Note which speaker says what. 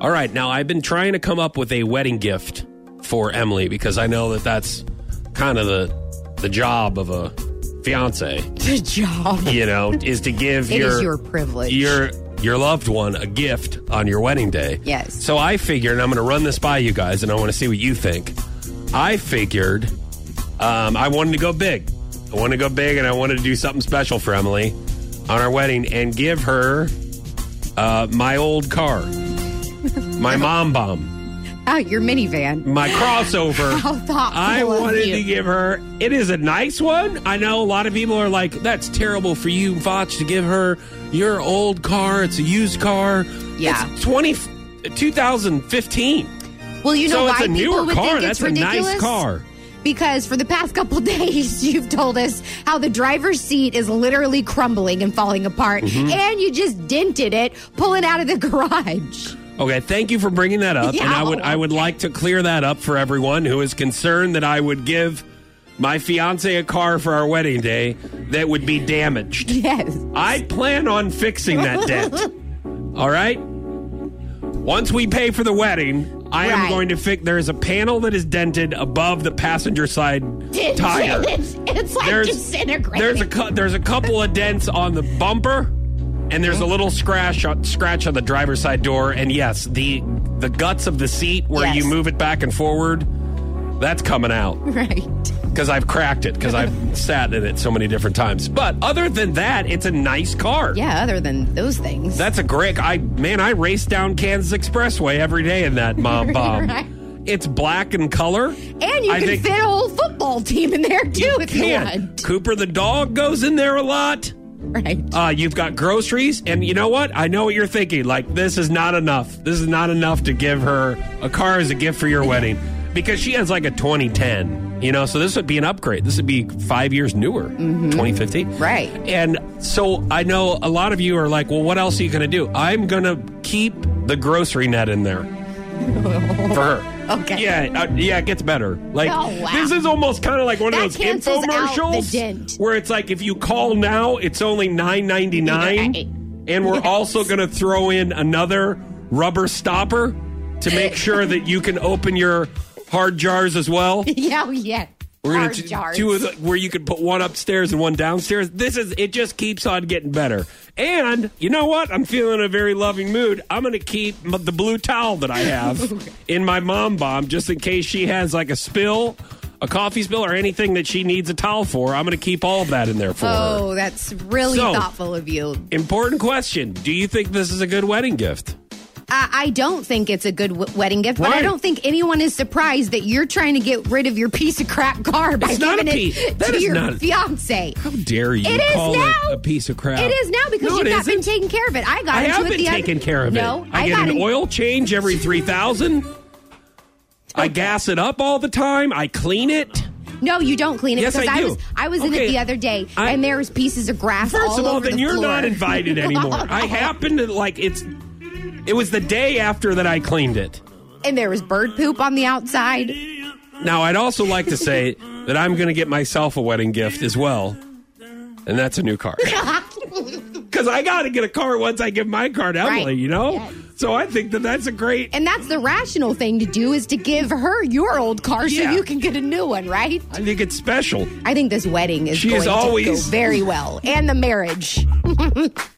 Speaker 1: All right, now I've been trying to come up with a wedding gift for Emily because I know that that's kind of the the job of a fiance,
Speaker 2: Good job.
Speaker 1: you know, is to give
Speaker 2: It
Speaker 1: your
Speaker 2: is your privilege.
Speaker 1: your your loved one a gift on your wedding day.
Speaker 2: Yes.
Speaker 1: So I figured, and I'm going to run this by you guys, and I want to see what you think. I figured um, I wanted to go big. I wanted to go big, and I wanted to do something special for Emily on our wedding and give her uh, my old car, my mom bomb,
Speaker 2: oh, your minivan.
Speaker 1: my crossover.
Speaker 2: How thoughtful
Speaker 1: I
Speaker 2: of
Speaker 1: wanted
Speaker 2: you.
Speaker 1: to give her. It is a nice one. I know a lot of people are like, "That's terrible for you, Foch, to give her your old car. It's a used car.
Speaker 2: Yeah.
Speaker 1: it's 20, 2015.
Speaker 2: Well, you know
Speaker 1: so
Speaker 2: why
Speaker 1: it's a
Speaker 2: people
Speaker 1: newer
Speaker 2: would
Speaker 1: car.
Speaker 2: think
Speaker 1: That's
Speaker 2: it's
Speaker 1: a
Speaker 2: ridiculous?
Speaker 1: nice car.
Speaker 2: Because for the past couple days, you've told us how the driver's seat is literally crumbling and falling apart,
Speaker 1: Mm-hmm.
Speaker 2: and you just dented it, pulling out of the garage.
Speaker 1: Okay, thank you for bringing that up. and
Speaker 2: Yeah,
Speaker 1: I would I would like to clear that up for everyone who is concerned that I would give my fiance a car for our wedding day that would be damaged.
Speaker 2: Yes.
Speaker 1: I plan on fixing that debt. All right? Once we pay for the wedding, I am
Speaker 2: Right.
Speaker 1: going to fix. There is a panel that is dented above the passenger side
Speaker 2: It's,
Speaker 1: tire.
Speaker 2: it's like disintegrating.
Speaker 1: there's a cou- there's a couple of dents on the bumper, and there's a little scratch on, scratch on the driver's side door. And yes, the the guts of the seat where
Speaker 2: Yes.
Speaker 1: you move it back and forward, that's coming out
Speaker 2: right.
Speaker 1: because I've cracked it because I've sat in it so many different times. But other than that, it's a nice car.
Speaker 2: Yeah, other than those things.
Speaker 1: That's a great. I man, I race down Kansas Expressway every day in that mom bomb.
Speaker 2: Right.
Speaker 1: It's black in color,
Speaker 2: and you
Speaker 1: I
Speaker 2: can
Speaker 1: think-
Speaker 2: fit a whole football team in there too if you
Speaker 1: Man,
Speaker 2: want.
Speaker 1: Cooper the dog goes in there a lot.
Speaker 2: Right.
Speaker 1: Uh, you've got groceries, and you know what? I know what you're thinking. Like this is not enough. This is not enough to give her a car as a gift for your wedding because she has like a 2010. You know, so this would be an upgrade. This would be five years newer, 2015.
Speaker 2: Mm-hmm. Right.
Speaker 1: And so I know a lot of you are like, well, what else are you going to do? I'm going to keep the grocery net in there for her.
Speaker 2: Okay.
Speaker 1: Yeah, uh, yeah, it gets better. Like
Speaker 2: Oh, wow.
Speaker 1: this is almost kind of like one of
Speaker 2: That
Speaker 1: those
Speaker 2: cancels out the
Speaker 1: infomercials
Speaker 2: dent.
Speaker 1: where it's like if you call now, it's only nine ninety
Speaker 2: Right.
Speaker 1: nine, and we're also going to throw in another rubber stopper to make sure that you can open your hard jars as well.
Speaker 2: Yeah, oh, yeah.
Speaker 1: We're
Speaker 2: Hard
Speaker 1: going to
Speaker 2: jars.
Speaker 1: two of the, where you can put one upstairs and one downstairs. This is it. Just keeps on getting better. And you know what? I'm feeling in a very loving mood. I'm going to keep m- the blue towel that I have in my mom bomb just in case she has like a spill, a coffee spill, or anything that she needs a towel for. I'm going to keep all of that in there for her.
Speaker 2: Oh, that's really
Speaker 1: So-
Speaker 2: thoughtful of you.
Speaker 1: Important question. Do you think this is a good wedding gift?
Speaker 2: I, I don't think it's a good w- wedding gift, but
Speaker 1: Right.
Speaker 2: I don't think anyone is surprised that you're trying to get rid of your piece of crap car by
Speaker 1: It's not
Speaker 2: giving
Speaker 1: a
Speaker 2: it
Speaker 1: piece. That
Speaker 2: to
Speaker 1: is
Speaker 2: your
Speaker 1: not-
Speaker 2: fiance.
Speaker 1: How dare you
Speaker 2: It is
Speaker 1: call
Speaker 2: now.
Speaker 1: it a piece of crap?
Speaker 2: It is now because
Speaker 1: No,
Speaker 2: you've
Speaker 1: it
Speaker 2: not
Speaker 1: isn't.
Speaker 2: been taking care of it. I got
Speaker 1: I
Speaker 2: into
Speaker 1: have
Speaker 2: it
Speaker 1: been
Speaker 2: the other-
Speaker 1: taking care of
Speaker 2: no,
Speaker 1: it.
Speaker 2: I,
Speaker 1: I, get
Speaker 2: got
Speaker 1: an
Speaker 2: in-
Speaker 1: oil change every 3,000. I gas it up all the time. I clean it.
Speaker 2: No, you don't clean it
Speaker 1: Yes,
Speaker 2: because
Speaker 1: I
Speaker 2: I,
Speaker 1: do.
Speaker 2: was I was in
Speaker 1: Okay.
Speaker 2: it the other day
Speaker 1: I-
Speaker 2: and there was pieces of grass
Speaker 1: First
Speaker 2: all
Speaker 1: of all,
Speaker 2: over
Speaker 1: then
Speaker 2: the
Speaker 1: you're not
Speaker 2: floor.
Speaker 1: invited anymore. I happened to, like, it's. It was the day after that I cleaned it.
Speaker 2: and there was bird poop on the outside.
Speaker 1: Now, I'd also like to say that I'm going to get myself a wedding gift as well, and that's a new car. Because I got to get a car once I give my car to Emily,
Speaker 2: Right.
Speaker 1: you know?
Speaker 2: Yes.
Speaker 1: So I think that that's a great
Speaker 2: And that's the rational thing to do is to give her your old car
Speaker 1: Yeah.
Speaker 2: so you can get a new one, right?
Speaker 1: I think it's special.
Speaker 2: I think this wedding is
Speaker 1: She
Speaker 2: going
Speaker 1: is always-
Speaker 2: to go very well, and the marriage.